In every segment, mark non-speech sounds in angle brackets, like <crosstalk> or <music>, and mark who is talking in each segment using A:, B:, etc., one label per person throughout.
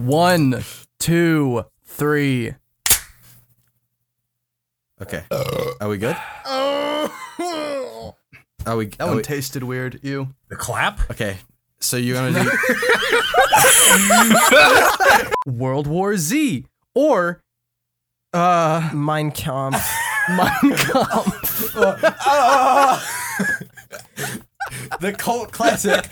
A: One, two, three.
B: Okay. Are we good?
C: Oh,
B: Are we?
A: That
B: are
A: one
B: we-
A: tasted weird. Ew.
C: the clap.
B: okay. So you're gonna <laughs> do
A: World War Z or uh
D: Mein Kampf.
A: <laughs> Mein Kampf.
B: the cult classic.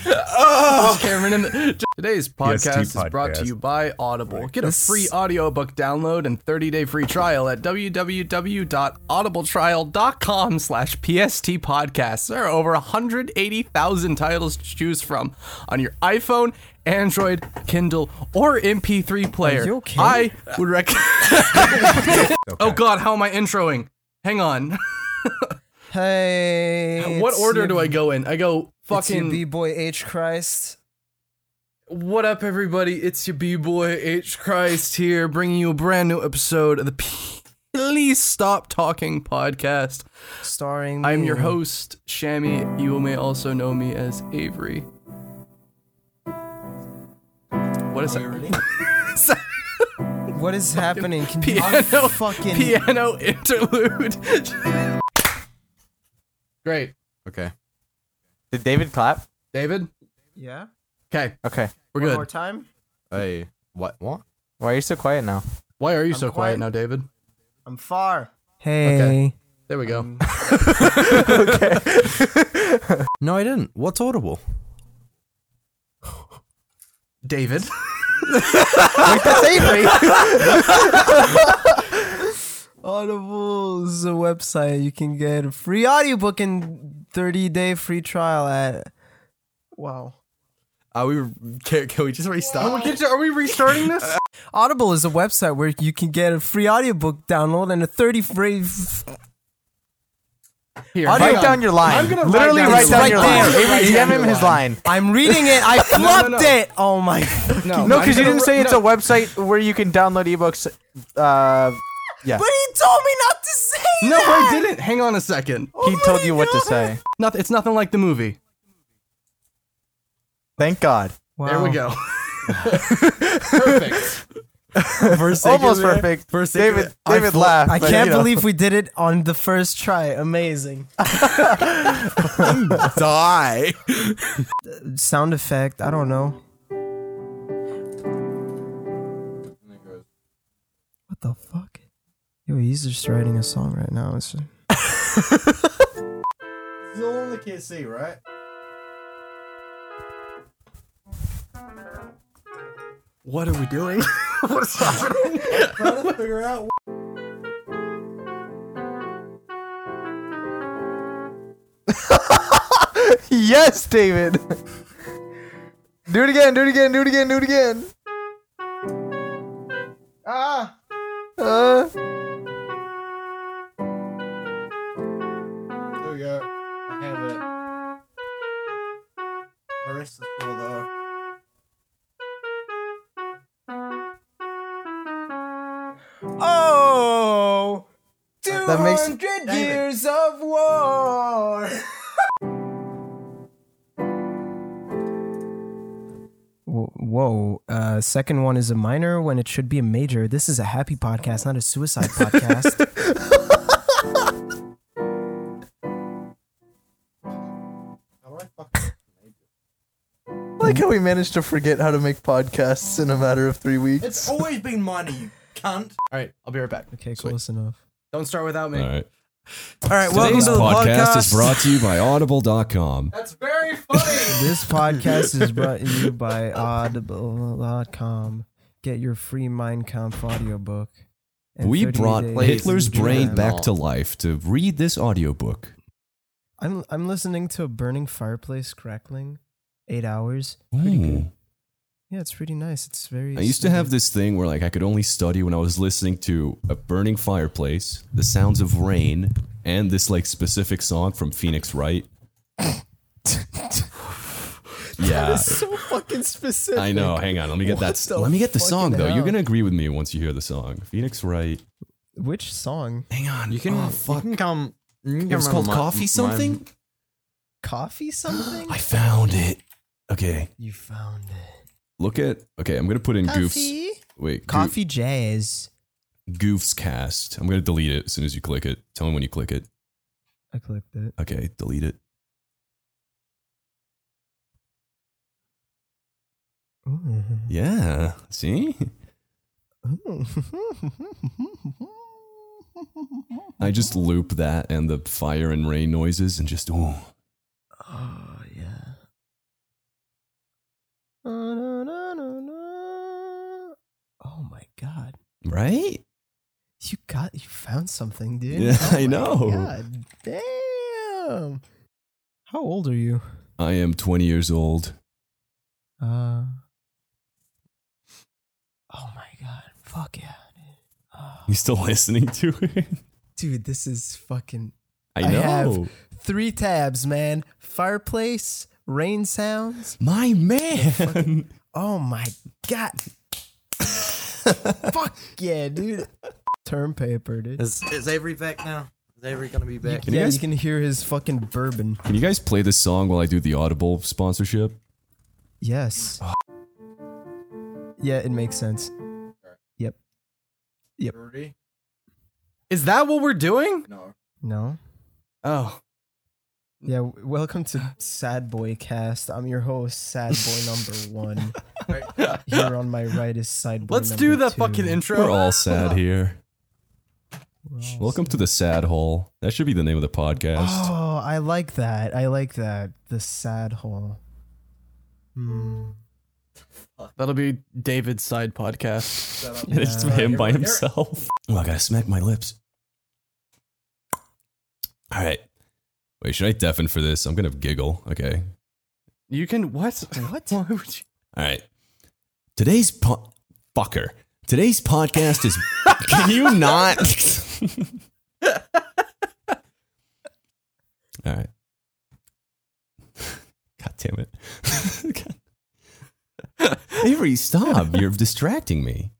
A: Cameron in the- <laughs> Today's podcast is brought to
E: podcast.
A: you by Audible. Get a free audiobook download and 30-day free trial at www.audibletrial.com slash PST podcast. There are over 180,000 titles to choose from on your iPhone, Android, Kindle, or MP3 player.
D: you okay?
A: I would <laughs> recommend... Oh god, how am I introing? Hang on.
D: Hey.
A: what
D: it's
A: order
D: your-
A: do I go in? I go
D: It's your
A: fucking...
D: B-boy H Christ.
A: What up, everybody? It's your B boy H Christ here, bringing you a brand new episode of the Please Stop Talking podcast.
D: Starring.
A: I'm
D: me.
A: your host, Shammy. You may also know me as Avery. What is <laughs> that?
D: What is happening? Can
A: Piano,
D: you fucking.
A: piano interlude. <laughs> Great,
B: Okay.
F: Did David clap?
A: David.
D: yeah?
A: Okay,
F: Okay.
A: we're
D: One more
A: good.
D: time?
B: Hey, what? What?
F: <laughs> Why are you so quiet now?
A: Why are you
D: I'm
A: so
D: quiet.
A: quiet now, David?
D: I'm far. Hey.
A: There we
D: Um,
A: go.
B: No, I didn't. What's audible?
A: David. <laughs>
F: That's Avery.
D: Audible is a website. You can get a free audiobook and 30 day free trial at. Wow.
B: Are we? Can, can we just restart?
A: Are we restarting this?
D: Audible is a website where you can get a free audiobook download and a 30 free.
A: Here,
D: Audio-
A: hang
F: write
A: on.
F: down your line.
A: I'm gonna write
F: Literally
A: down
F: write
D: your line.
F: down your
D: Right
F: line.
D: there.
A: Write
F: Avery,
A: down
F: DM
A: your
F: him his line.
D: I'm reading it. I flopped
A: <laughs> no.
D: it. Oh my. <laughs>
A: No,
F: No,
A: I'm
F: because you
A: gonna
F: didn't say
A: ri-
F: it's
A: no.
F: a website where you can download ebooks. Uh, yeah.
D: But he told me not to say
A: No, I didn't. Hang on a second.
F: He told you what to say.
A: Nothing. It's nothing like the movie.
F: Thank God.
A: There we
D: Oh.
A: go. Perfect.
B: First
F: Almost perfect.
B: First
F: David, David laughed.
D: I
F: but,
D: can't
F: you know.
D: believe we did it on the first try. Amazing.
B: <laughs> die.
D: Sound effect. I don't know. What the fuck? Yo, he's just writing a song right now. It's just-
B: Still on the KC, right?
A: What are we doing? <laughs>
B: Figure out.
F: <laughs> Yes, David. <laughs> do it again. Do it again. Do it again. Do it again.
D: ah,
F: Uh,
B: There we go. I have it. My wrist is full though.
D: oh,
F: That makes-
D: years of war. Whoa! Uh, second one is a minor when it should be a major. This is a happy podcast, not a <laughs> suicide podcast.
F: like how we managed to forget how to make podcasts in a matter of three weeks.
B: It's always been money, you cunt.
A: All right, I'll be right back.
D: Okay, close enough.
A: Don't start without me.
E: All right.
D: All right, welcome
E: Today's
D: to the
E: podcast, is brought to you by Audible.com.
A: That's very funny.
D: This podcast is brought to you by Audible.com. Get your free Mein Kampf audiobook. and
E: We
D: 30
E: brought
D: days
E: Hitler's
D: free
E: brain
D: trial.
E: back to life to read this audiobook.
D: I'm I'm listening to a burning fireplace crackling. Eight hours.
E: Ooh.
D: Yeah, it's pretty nice. It's very.
E: I used to
D: soothing.
E: have this thing where like I could only study when I was listening to a burning fireplace, the sounds of rain, and this like specific song from Phoenix Wright.
D: <laughs>
E: yeah,
B: So fucking specific.
E: <laughs> I know. Hang on, let me get that.
B: the
E: let me get the
B: fucking
E: song though.
B: hell?
E: You're gonna agree with me once you hear the song. Phoenix Wright.
D: Which song?
E: Hang on.
B: You can,
E: Oh,
B: you
E: fuck.
B: can come. You can
E: It was
B: remember
E: called
B: my-
E: Coffee
B: my-
E: Something. <gasps>
D: Coffee something?
E: I found it. Okay.
D: you found it.
E: Look at okay. I'm gonna put in Goof's
D: Coffee.
E: wait Goo-
D: Coffee jazz.
E: Goof's cast. I'm gonna delete it as soon as you click it. Tell me when you click it.
D: I clicked it.
E: Okay, delete it.
D: Ooh.
E: Yeah. See, <laughs> I just loop that and the fire and rain noises and just ooh.
D: Oh yeah. Oh, no, no, no, no. Oh my god.
E: Right?
D: You got you found something, dude.
E: Yeah,
D: Oh
E: I
D: my
E: know.
D: <laughs> God damn. How old are you?
E: I am 20 years old.
D: Uh Oh my god. Fuck yeah. Dude, Oh.
E: You still <laughs> listening to it?
D: dude this is fucking
E: I
D: I
E: know.
D: have- three tabs, man. Fireplace, rain sounds.
E: My man.
D: Oh my <laughs> god. Fuck yeah, dude. Term paper, dude.
B: Is, is Avery back now? Is Avery gonna be back?
E: you
D: yeah,
E: guys-
D: you can hear his fucking bourbon.
E: <laughs> Can you guys play this song while I do the Audible sponsorship?
D: Yes. Yeah, it makes sense. Yep.
A: Is that what we're doing?
B: No.
D: No.
A: Oh.
D: Yeah, w- welcome to Sad Boy Cast. I'm your host, Sad
A: <laughs>
D: Boy Number One. Here on my right is Side Boy
A: Let's
D: number
A: do the
D: two.
A: fucking intro.
E: We're all sad here.
D: We're all
E: Welcome to the Sad Hole. That should be the name of the podcast.
D: Oh, I like that. I like that. The sad hole. Hmm.
A: That'll be David's side podcast. <laughs>
E: It's
D: Yeah.
E: him by himself. Oh, I gotta smack my lips. All right. Wait, should I deafen for this? I'm gonna giggle. Okay.
A: You can what?
E: <laughs>
A: What? Why would you?
E: All right. Today's po- fucker. Today's
A: <laughs>
E: podcast is. Can you not? All right. <laughs> God damn it. <laughs> God. Avery, stop. You're distracting me.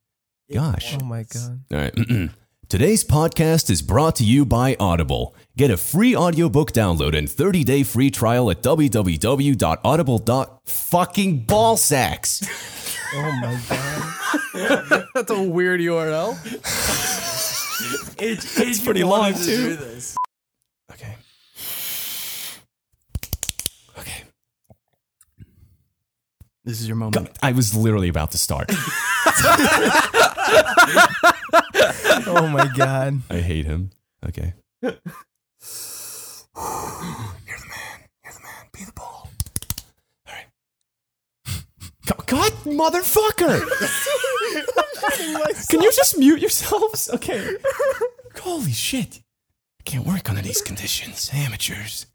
E: Gosh.
D: Oh my god.
E: All right. <clears throat> Today's podcast is brought to you by Audible. Get a free audiobook download and 30-day free trial at www.audible. fucking ballsacks.
D: Oh my god.
A: That's a weird URL.
B: It's, it's
E: pretty long, too.
B: this.
E: Okay. Okay.
A: This is your moment.
E: God, I was literally about to start.
D: Oh my god.
E: I hate him. Okay. You're the man. You're the man. Be the ball. All right. God, motherfucker! Can you just mute yourselves? Okay. Holy shit. Can't work under these conditions. Amateurs.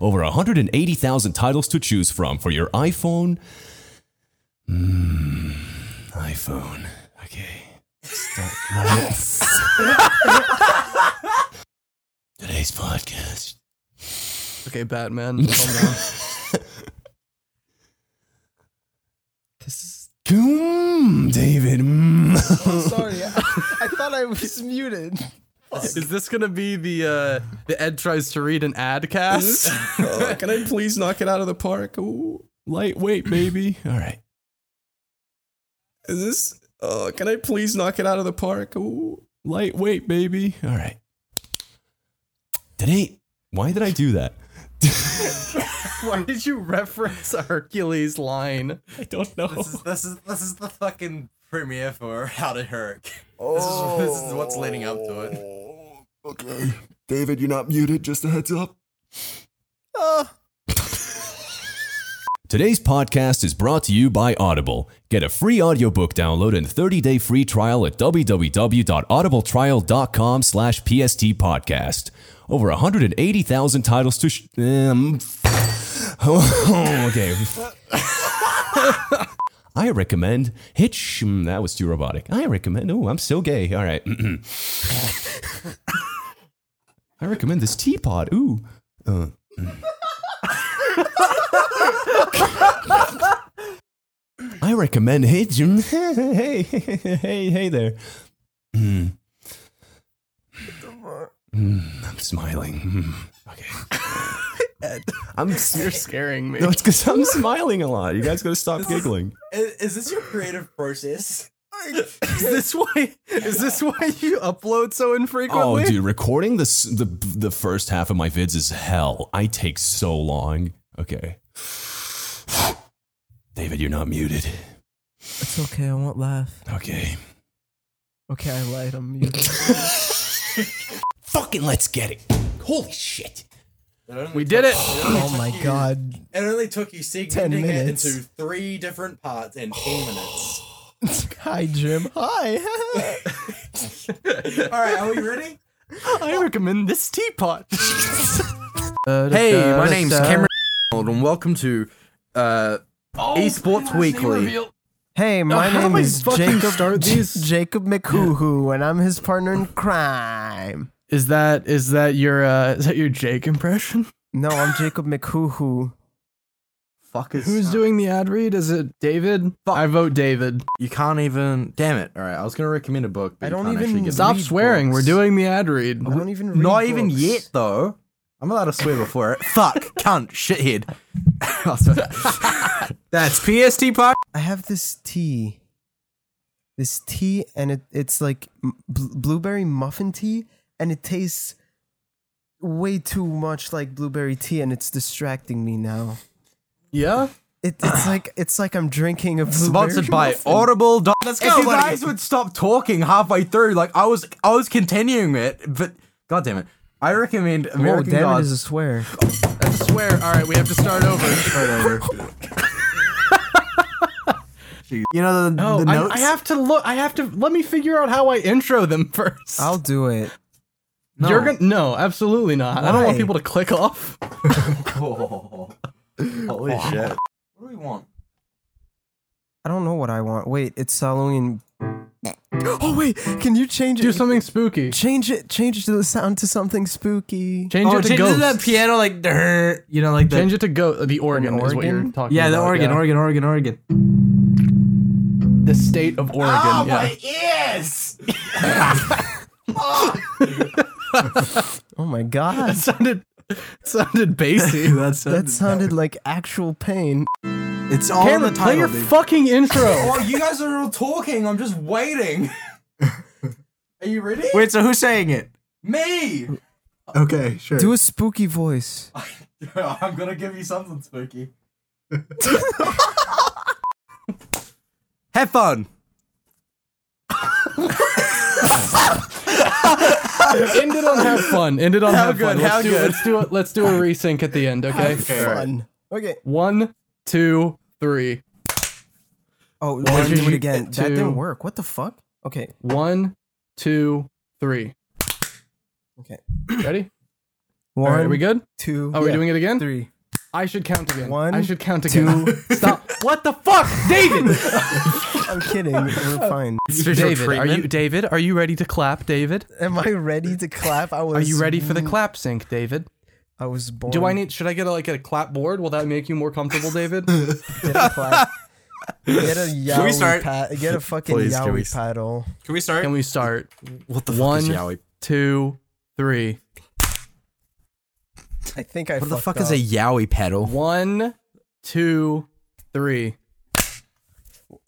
E: Over 180,000 titles to choose from for your iPhone. Mm, iPhone. Okay. Today's podcast.
A: Okay,
E: <laughs>
A: Batman. calm down.
E: Goom, David. <laughs> mm.
D: Sorry. I, I thought I
E: <laughs>
D: was muted.
A: Is this gonna be the uh the Ed tries to read an ad
E: <laughs>
A: cast? <laughs>
E: Oh, can I please knock it out of the park? Ooh, lightweight, baby. All right. Is this? Oh, can I please knock it out of the park? Ooh, lightweight, baby. All right. Today, why did I do that?
A: Why did you reference a Hercules line?
E: I don't know.
B: This is this is this is the fucking premiere for How to Herc. This, is, this is what's leading up to it.
C: Okay. David, you're not muted, just a heads up.
E: Today's podcast is brought to you by Audible. Get a free audiobook download and 30-day free trial at www.audibletrial.com slash PST podcast. Over 180,000 titles to... Sh- um, <laughs> oh, okay. <laughs> I recommend Hitch... mm, That was too robotic. I recommend... Oh, I'm so gay. All right. <clears throat> I recommend this teapot. Ooh. Uh, I recommend hey Jim. <laughs> hey hey hey there. Mm. Hmm, Mm, I'm smiling. Mm, Hmm, Okay.
D: head.
E: I'm.
A: You're scaring me.
E: No, it's because I'm smiling a lot. You guys gotta stop
A: <laughs>
E: giggling.
B: Is, is this your creative
C: <laughs>
B: process?
A: Is
E: <laughs>
A: this why? Is this why you upload so
E: Oh,
A: infrequently?
E: dude, recording this the the first half of my vids is hell. I take so long. Okay. <sighs> David, you're not muted.
D: It's okay. I won't laugh.
E: Okay.
D: Okay, I lied. I'm muted. <laughs>
E: Fucking let's get it. Holy shit.
A: we did it.
D: oh <laughs> my god.
B: It only took you segmenting it
D: minutes.
B: into three different parts
A: <sighs>
B: in 10 minutes.
D: Hi, Jim.
B: <laughs>
D: Hi.
B: All right, are we ready?
A: <gasps> I recommend this teapot.
B: Hey, my name's Cameron Arnold, and welcome to uh, Esports Weekly.
D: hey, my
A: How do
D: name
A: I
D: is
A: fucking
D: Jacob.
A: start these?
D: Jacob McHoo-hoo, and I'm his partner in crime.
A: Is that is that your uh, is that your Jake impression?
D: No, I'm Jacob McHoo-hoo.
B: Fuck is
A: Who's doing the ad read? Is it David? I vote David.
B: You can't even. Damn it! All right, I was gonna recommend a book. But
D: I
B: you
D: don't
B: can't
D: even-
B: actually get
A: Stop
D: Read
A: swearing.
D: books.
A: We're doing the ad read.
D: I don't even read
B: It. Not even
D: books.
B: yet, though. I'm allowed to swear before it. Fuck, <laughs> cunt,
A: <laughs>
B: shithead. <laughs> Oh, sorry. That's PST pod.
D: I have this tea. This tea, and it, it's like m- bl- blueberry muffin tea, and it tastes way too much like blueberry tea, and it's distracting me now.
A: Yeah.
D: It, it's like it's like I'm drinking a blueberry.
B: Sponsored by
D: muffin.
B: Audible. dot- if you
A: buddy.
B: guys would stop talking halfway through, like I was, I was continuing it, but god damn it, I recommend
D: Whoa,
B: American
D: damn it
B: Gods.
D: is a swear.
A: I swear. All right, we have to start over.
B: Right over.
F: You know the,
A: Oh,
F: the
A: I-
F: notes.
A: I, have to look. I have to let me figure out how I intro them <laughs> 1st
D: I'll do it.
A: You're gonna no, absolutely not. I don't want
D: Why?
A: people to click off.
B: Holy shit! What do we want?
D: I don't know what I want. Wait, it's Halloween. Oh wait, can you change
A: Do
D: it?
A: something spooky.
D: Change it. Change the sound to something spooky.
A: Change it to ghost.
F: that piano like "Durr," you know like the
A: Change it to go. The organ is what you're
D: organ?
A: talking
F: yeah
A: about.
F: the Oregon Oregon Oregon Oregon.
A: The state of Oregon.
B: Ah,
A: yeah.
D: Oh my
A: <laughs>
D: god,
A: sounded sounded bassy.
F: That's
D: that sounded like actual pain.
F: it's all in
A: Cameron,
F: the
A: play your
F: title. dude.
A: fucking intro.
B: Oh, you guys are all talking. I'm just waiting. Are you ready?
F: Wait, so who's saying it?
B: Me!
F: Okay, sure.
D: Do a spooky voice.
B: I'm gonna give you something spooky. Have fun.
A: End it on have fun. End it on have,
B: good,
A: fun. Let's
B: how
A: do,
B: good.
A: Let's do it. Let's do a resync at the end. Okay.
D: Fun. Okay.
A: One, two, three.
D: Oh, let's do
A: two,
D: it again. That
A: two.
D: didn't work. What the fuck? Okay.
A: One, two, three.
D: Okay.
A: Ready?
D: One.
A: All right, we good?
D: Two.
A: Are we
D: yeah,
A: doing it again?
D: three?
A: I should count again.
D: One,
A: I should count again.
D: <laughs>
A: Stop. What the fuck, David? <laughs>
D: I'm kidding. We're fine.
A: David, are you David? Are you ready to clap, David?
D: Am I ready to clap? I was.
A: Are you ready for the clap sync, David?
D: I was born.
A: Do I need? Should I get a, like a clap board? Will that make you more comfortable, David?
D: <laughs> Get a clap.
A: <laughs>
D: Get a
F: we
D: yowie
F: start?
D: pad. Get a fucking
B: Please, can we
D: yowie
B: s-
D: paddle.
F: Can we start?
A: Can we start?
B: What the
A: One,
B: fuck is yaoi?
A: two, three.
D: I think I.
B: What the fuck
D: up.
B: is a yaoi pedal?
A: One, two, three.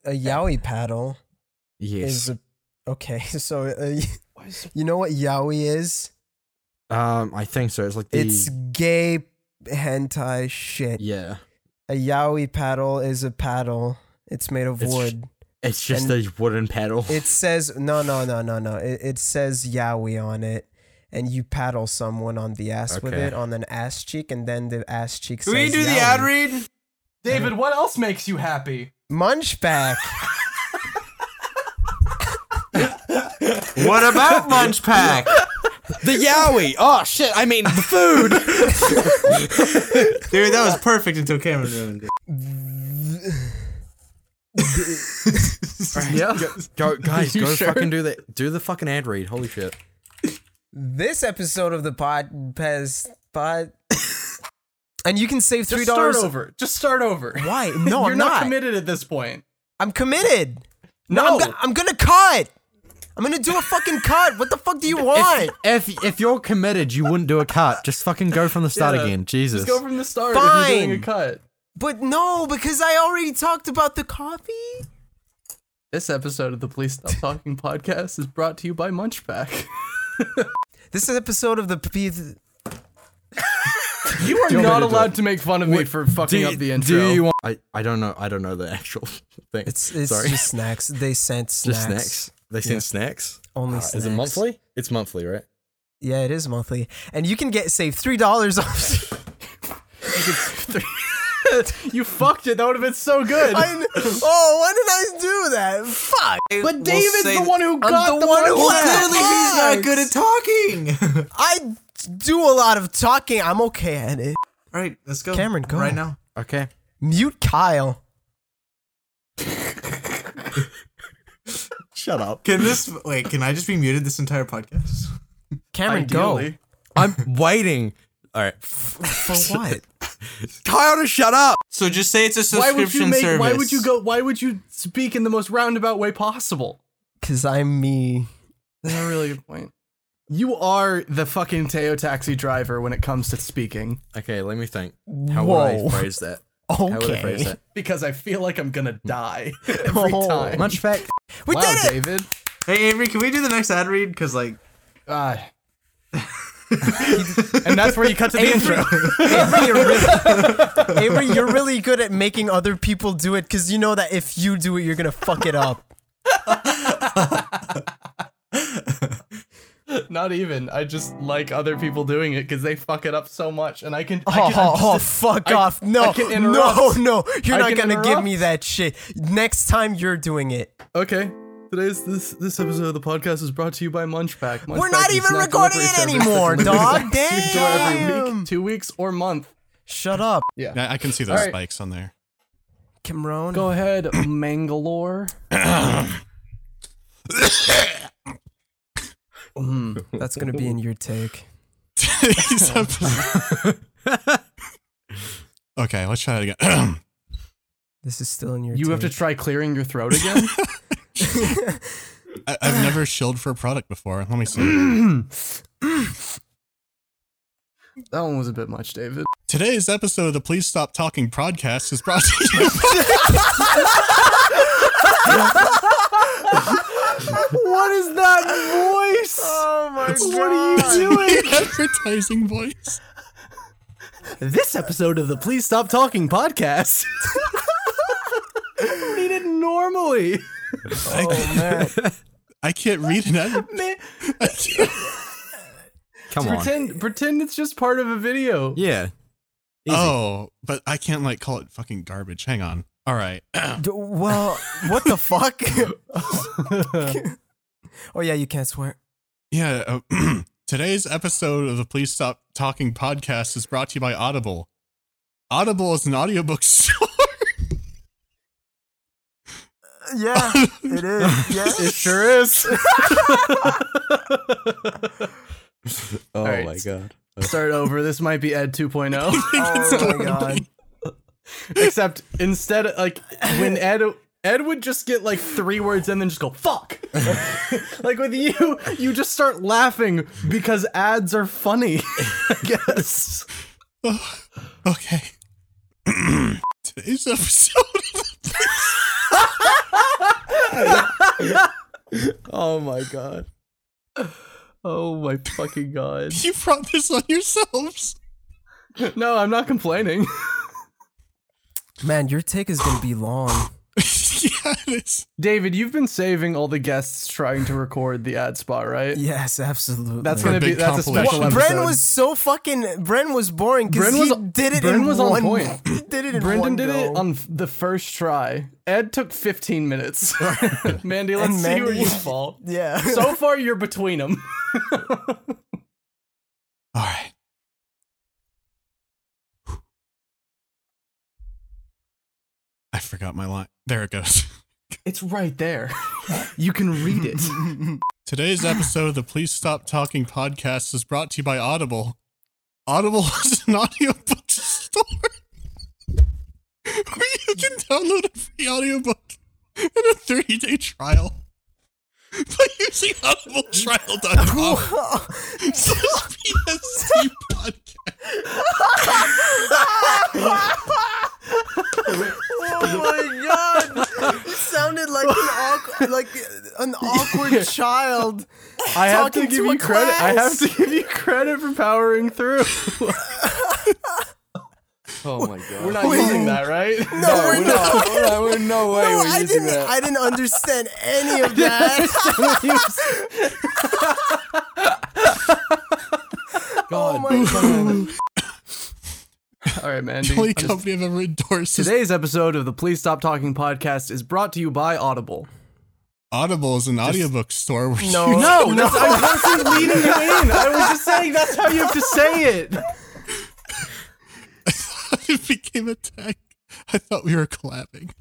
D: a yowie paddle?
B: Yes.
D: Is a, okay. <laughs> So uh, you know what yowie is?
B: Um, I think so. It's like the
D: It's gay hentai shit.
B: yeah.
D: A yowie paddle is a paddle. It's made of
B: It's sh- <laughs>
D: wood.
B: It's just
D: And-
B: a wooden pedal.
D: It says no, no, no, no, no. It, it says Yowie on it, and you paddle someone on the ass with
B: Okay.
D: it on an ass cheek, and then the ass cheek
F: Do
D: says.
F: we do the
D: Yowie.
F: ad read?
A: David, what else makes you happy?
D: Munchback.
F: What about Munch Pack? the Yowie. Oh shit! I mean the food. Dude, that was perfect until Cameron
B: <laughs>
F: ruined it.
A: Yeah.
B: Go, guys,
A: You
B: go
A: sure?
B: fucking do the do the fucking ad read. Holy shit!
D: this episode of the pod pez pod, and you can save three
A: Just start
D: dollars.
A: over. Just start over. <laughs>
D: Why? No,
A: You're
D: I'm
A: not
D: not.
A: committed at this point.
D: I'm committed.
A: No.
D: I'm, go- I'm gonna cut. I'm gonna do a fucking cut. What the fuck do you want?
B: If if you're committed, you wouldn't do a cut. Just fucking go from the start
A: Yeah.
B: again. Jesus.
A: Just go from the start if you're doing a
D: Fine.
A: cut.
D: But no, because I already talked about the coffee.
A: This episode of the Police Stop Talking podcast is brought to you by <laughs> Munchpack.
D: This is episode of the P-
A: You are
B: want me
A: not
B: to do
A: allowed to make fun of me for fucking
B: do,
A: up the
B: do
A: intro.
B: you want? I, I don't know. I don't know the actual <laughs> thing.
D: It's it's
B: Sorry.
D: just snacks. They sent snacks.
B: Just snacks. They send snacks.
D: Only
B: Uh,
D: snacks.
B: Is it monthly? It's monthly, right?
D: Yeah, it is monthly, and you can get save three dollars off. <laughs>
A: You fucked it. That would have been so good.
D: I kn- oh, why did I do that? Fuck.
A: but David's the one who got
D: the one who
A: Munchpack.
D: left.
B: Clearly, he's not good at talking.
D: I do a lot of talking. I'm okay at it.
B: All right, let's go.
D: Cameron, go.
B: right now. Okay.
D: Mute Kyle.
B: Shut up. Can this wait? Can I just be muted this entire podcast?
D: Cameron,
A: Ideally.
B: I'm waiting. All right,
D: go. For what? <laughs>
B: Kyle, to shut up.
G: So just say it's a
A: <laughs> Why
G: subscription
A: would you make?
G: service.
A: Why would you go? Why would you speak in the most roundabout way possible?
D: Cause I'm me.
A: That's a really good point. You are the fucking Teo taxi driver when it comes to speaking
B: Okay, let me think. How
D: Whoa.
B: would I phrase that? How would I phrase
D: Okay.
B: that?
A: because I feel like I'm gonna
H: Hmm.
A: die <laughs> every
D: Oh.
A: time. <laughs>
B: Munchback.
D: We
A: wow,
D: did it.
A: David.
H: Hey Avery, can we do the next ad read? Because like,
A: Ah.
H: <laughs>
A: and that's where you cut to the intro. <laughs>
D: Avery, you're really, Avery, you're really good at making other people do it because you know that if you do it, you're gonna fuck
A: <laughs>
D: it up.
A: Not even. I just like other people doing it because they fuck it up so much, and I can. I
D: Oh,
A: can
D: oh, oh,
A: I'm just-
D: fuck
A: I-
D: off! No,
A: I can
D: no,
A: interrupt.
D: no! You're
A: I
D: not
A: can
D: gonna give
A: interrupt.
D: me that shit. Next time you're doing it.
A: Okay. Today's this this episode of the podcast is brought to you by Munchback.
D: We're not even recording it
A: <laughs>
D: anymore, dog.
A: Every
D: Damn!
A: week, two weeks or month.
D: Shut up,
A: Yeah.
C: I, I can see those
A: All right.
C: spikes on there.
D: Cameron.
A: Go ahead, Mangalore.
D: That's gonna be in your take.
C: Today's episode- okay, let's try it again. <clears throat>
D: This is still in your.
A: You have to
D: take.
A: try clearing your throat
D: <laughs>
A: again.
C: I, I've
F: <clears throat>
C: never shilled for a product before. Let me see. <clears throat>
A: that one was a bit much, David.
C: Today's episode of the Please Stop Talking podcast is brought to you.
A: What is that <laughs> voice?
D: Oh my
C: <laughs>
D: god!
C: by advertising voice.
A: This episode of the Please Stop Talking podcast. <laughs> Read it normally. Oh, <laughs>
C: I can't read an ad.
A: Man,
C: I can't-
A: <laughs>
B: Come on.
A: pretend pretend it's just part of a video.
B: Yeah.
C: Oh, but I can't like call it fucking garbage. Hang on. All right.
D: D- well, what
A: <laughs>
D: the fuck? oh yeah, you can't swear.
C: Yeah. Uh, <clears throat> today's episode of the Please Stop Talking podcast is brought to you by Audible. Audible is an audiobook <laughs> store.
D: Yeah, it is. <laughs> Yeah.
A: It sure <laughs> is.
B: Oh
A: Alright.
B: my god.
A: Start over. This might be Ed 2.0. <laughs>
D: Oh my god.
A: Except instead, of, like when Ed Ed would just get like three words and then just go <laughs> fuck. like with you, you just start laughing because ads are funny. <laughs> I guess.
C: okay. <clears throat> today's episode. <laughs>
A: Oh my god. Oh my fucking god.
C: you brought this on yourselves. <laughs>
A: No, I'm not complaining. <laughs>
D: Man, your take is gonna be long.
C: yeah, it is.
A: David, you've been saving all the guests trying to record the ad spot, right?
D: Yes, absolutely.
A: That's
C: For
A: gonna be
C: big
A: that's a special
C: compilation.
A: episode.
D: Bren was so fucking. Bren was boring because
A: Bren
D: he
A: was-
D: did it
A: Bren
D: in
A: was on
D: one.
A: point.
D: <laughs> He did it in
A: Brendan
D: one
A: did
D: go.
A: it on f- the first try. Ed took 15 minutes. Mandy, let's
D: And
A: see where
D: Mandy-
A: you fall.
D: Yeah.
A: So far, you're between them.
C: All right. I forgot my line. There it goes.
A: It's right there. You can read it.
C: Today's episode of the Please Stop Talking podcast is brought to you by Audible. Audible <laughs> is an audiobook store <laughs> where you can download a free audiobook in a 30 day trial. But you CrazyHuntable.trial.com. Slash PST podcast.
D: Oh my <laughs> god! You sounded like an awkward, like an awkward child.
A: I have to
D: Talking
A: give
D: to a
A: you credit. I have
D: class.
A: to give you credit for powering through.
B: <laughs> Oh my god.
A: We're not using that, right?
D: No, we're
B: we're
D: not.
B: not. We're not- we're no way
D: <laughs> No,
B: we're
D: I
B: using
D: didn't.
B: that.
D: I didn't understand any of that.
B: God.
D: oh my god!
A: <laughs> All right, man.
C: The only company I've ever endorsed is
A: Today's episode of the Please Stop Talking podcast is brought to you by Audible.
C: Audible is an audiobook store. Where <laughs>
D: No. <laughs>
C: you-
A: No, that's, I wasn't leading you in. I was just saying that's how you have to say
D: <laughs>
A: it.
C: it became a tech. I thought we were collabing.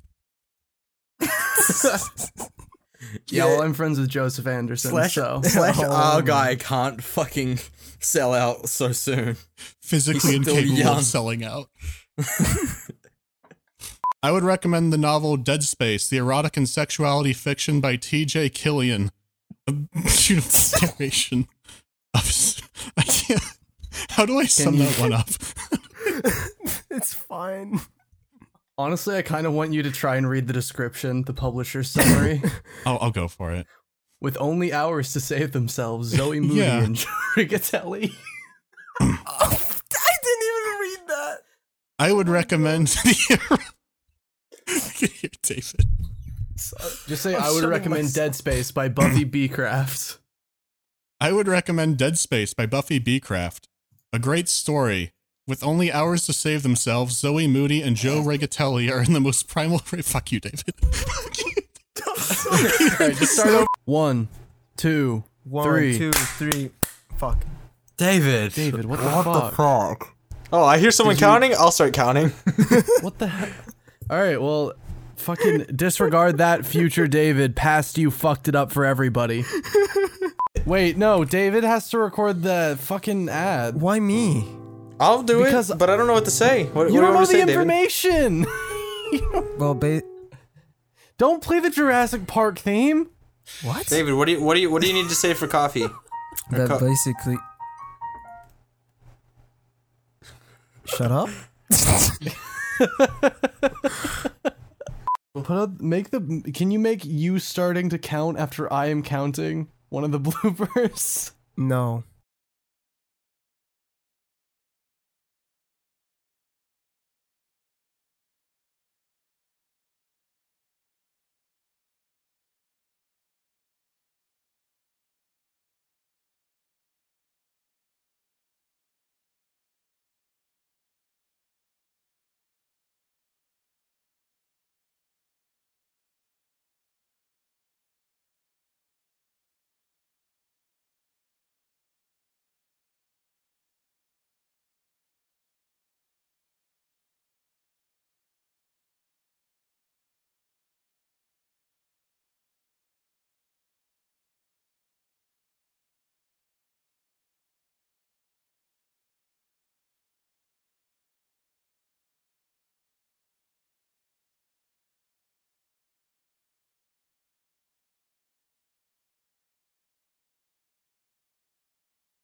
A: Yeah, well, I'm friends with Joseph Anderson,
B: Slash-
D: <laughs>
A: so
B: Slash our guy can't fucking
A: <laughs>
B: sell out so soon.
C: physically
B: He's still
C: incapable
B: young.
C: of
B: <laughs>
C: selling out. I would recommend the novel Dead Space, the erotic and sexuality fiction by T.J. Killian. A beautiful
B: <laughs>
C: narration of. s- I can't. How do I sum that
B: <laughs>
C: one up?
D: It's fine. <laughs>
A: honestly, I kind of want you to try and read the description, the publisher's
D: <laughs>
A: summary.
C: I'll, I'll go for it.
A: With only hours to save themselves, Zoe Moody
C: Yeah.
A: and Joe Rigatelli.
D: I didn't even read that.
C: I would recommend <laughs> the. Here, David.
A: Just say i would recommend Dead Space by Buffy <laughs> Beecraft.
C: I would recommend Dead Space by Buffy Beecraft. A great story. With only hours to save themselves, Zoe Moody and Joe Rigatelli are in the most primal. <laughs> Fuck you, David.
A: Alright, just start over. One, two,
D: One,
A: Three.
D: two, three. Fuck.
B: David.
A: David, what the fuck?
B: fuck?
I: Oh, I hear someone counting. I'll start
A: <laughs>
I: counting.
A: What the heck? All right, well, fucking disregard that future David. Past you fucked it up for <laughs> everybody. Wait, no, David has to record the fucking ad.
D: Why me?
I: I'll do
A: Because-
I: it, but I don't know what to say. What, what
A: You don't
I: do I
A: know
I: want to
A: the
I: say, David?
A: information. <laughs>
D: Well, ba-
A: don't play the Jurassic Park theme.
I: David, what do you what do you what do you need to say for
D: <laughs>
I: coffee?
D: that
I: co-
D: basically. Shut up.
A: Put up, make the. Can you make you starting to count after I am counting one of the <laughs> bloopers?
D: No.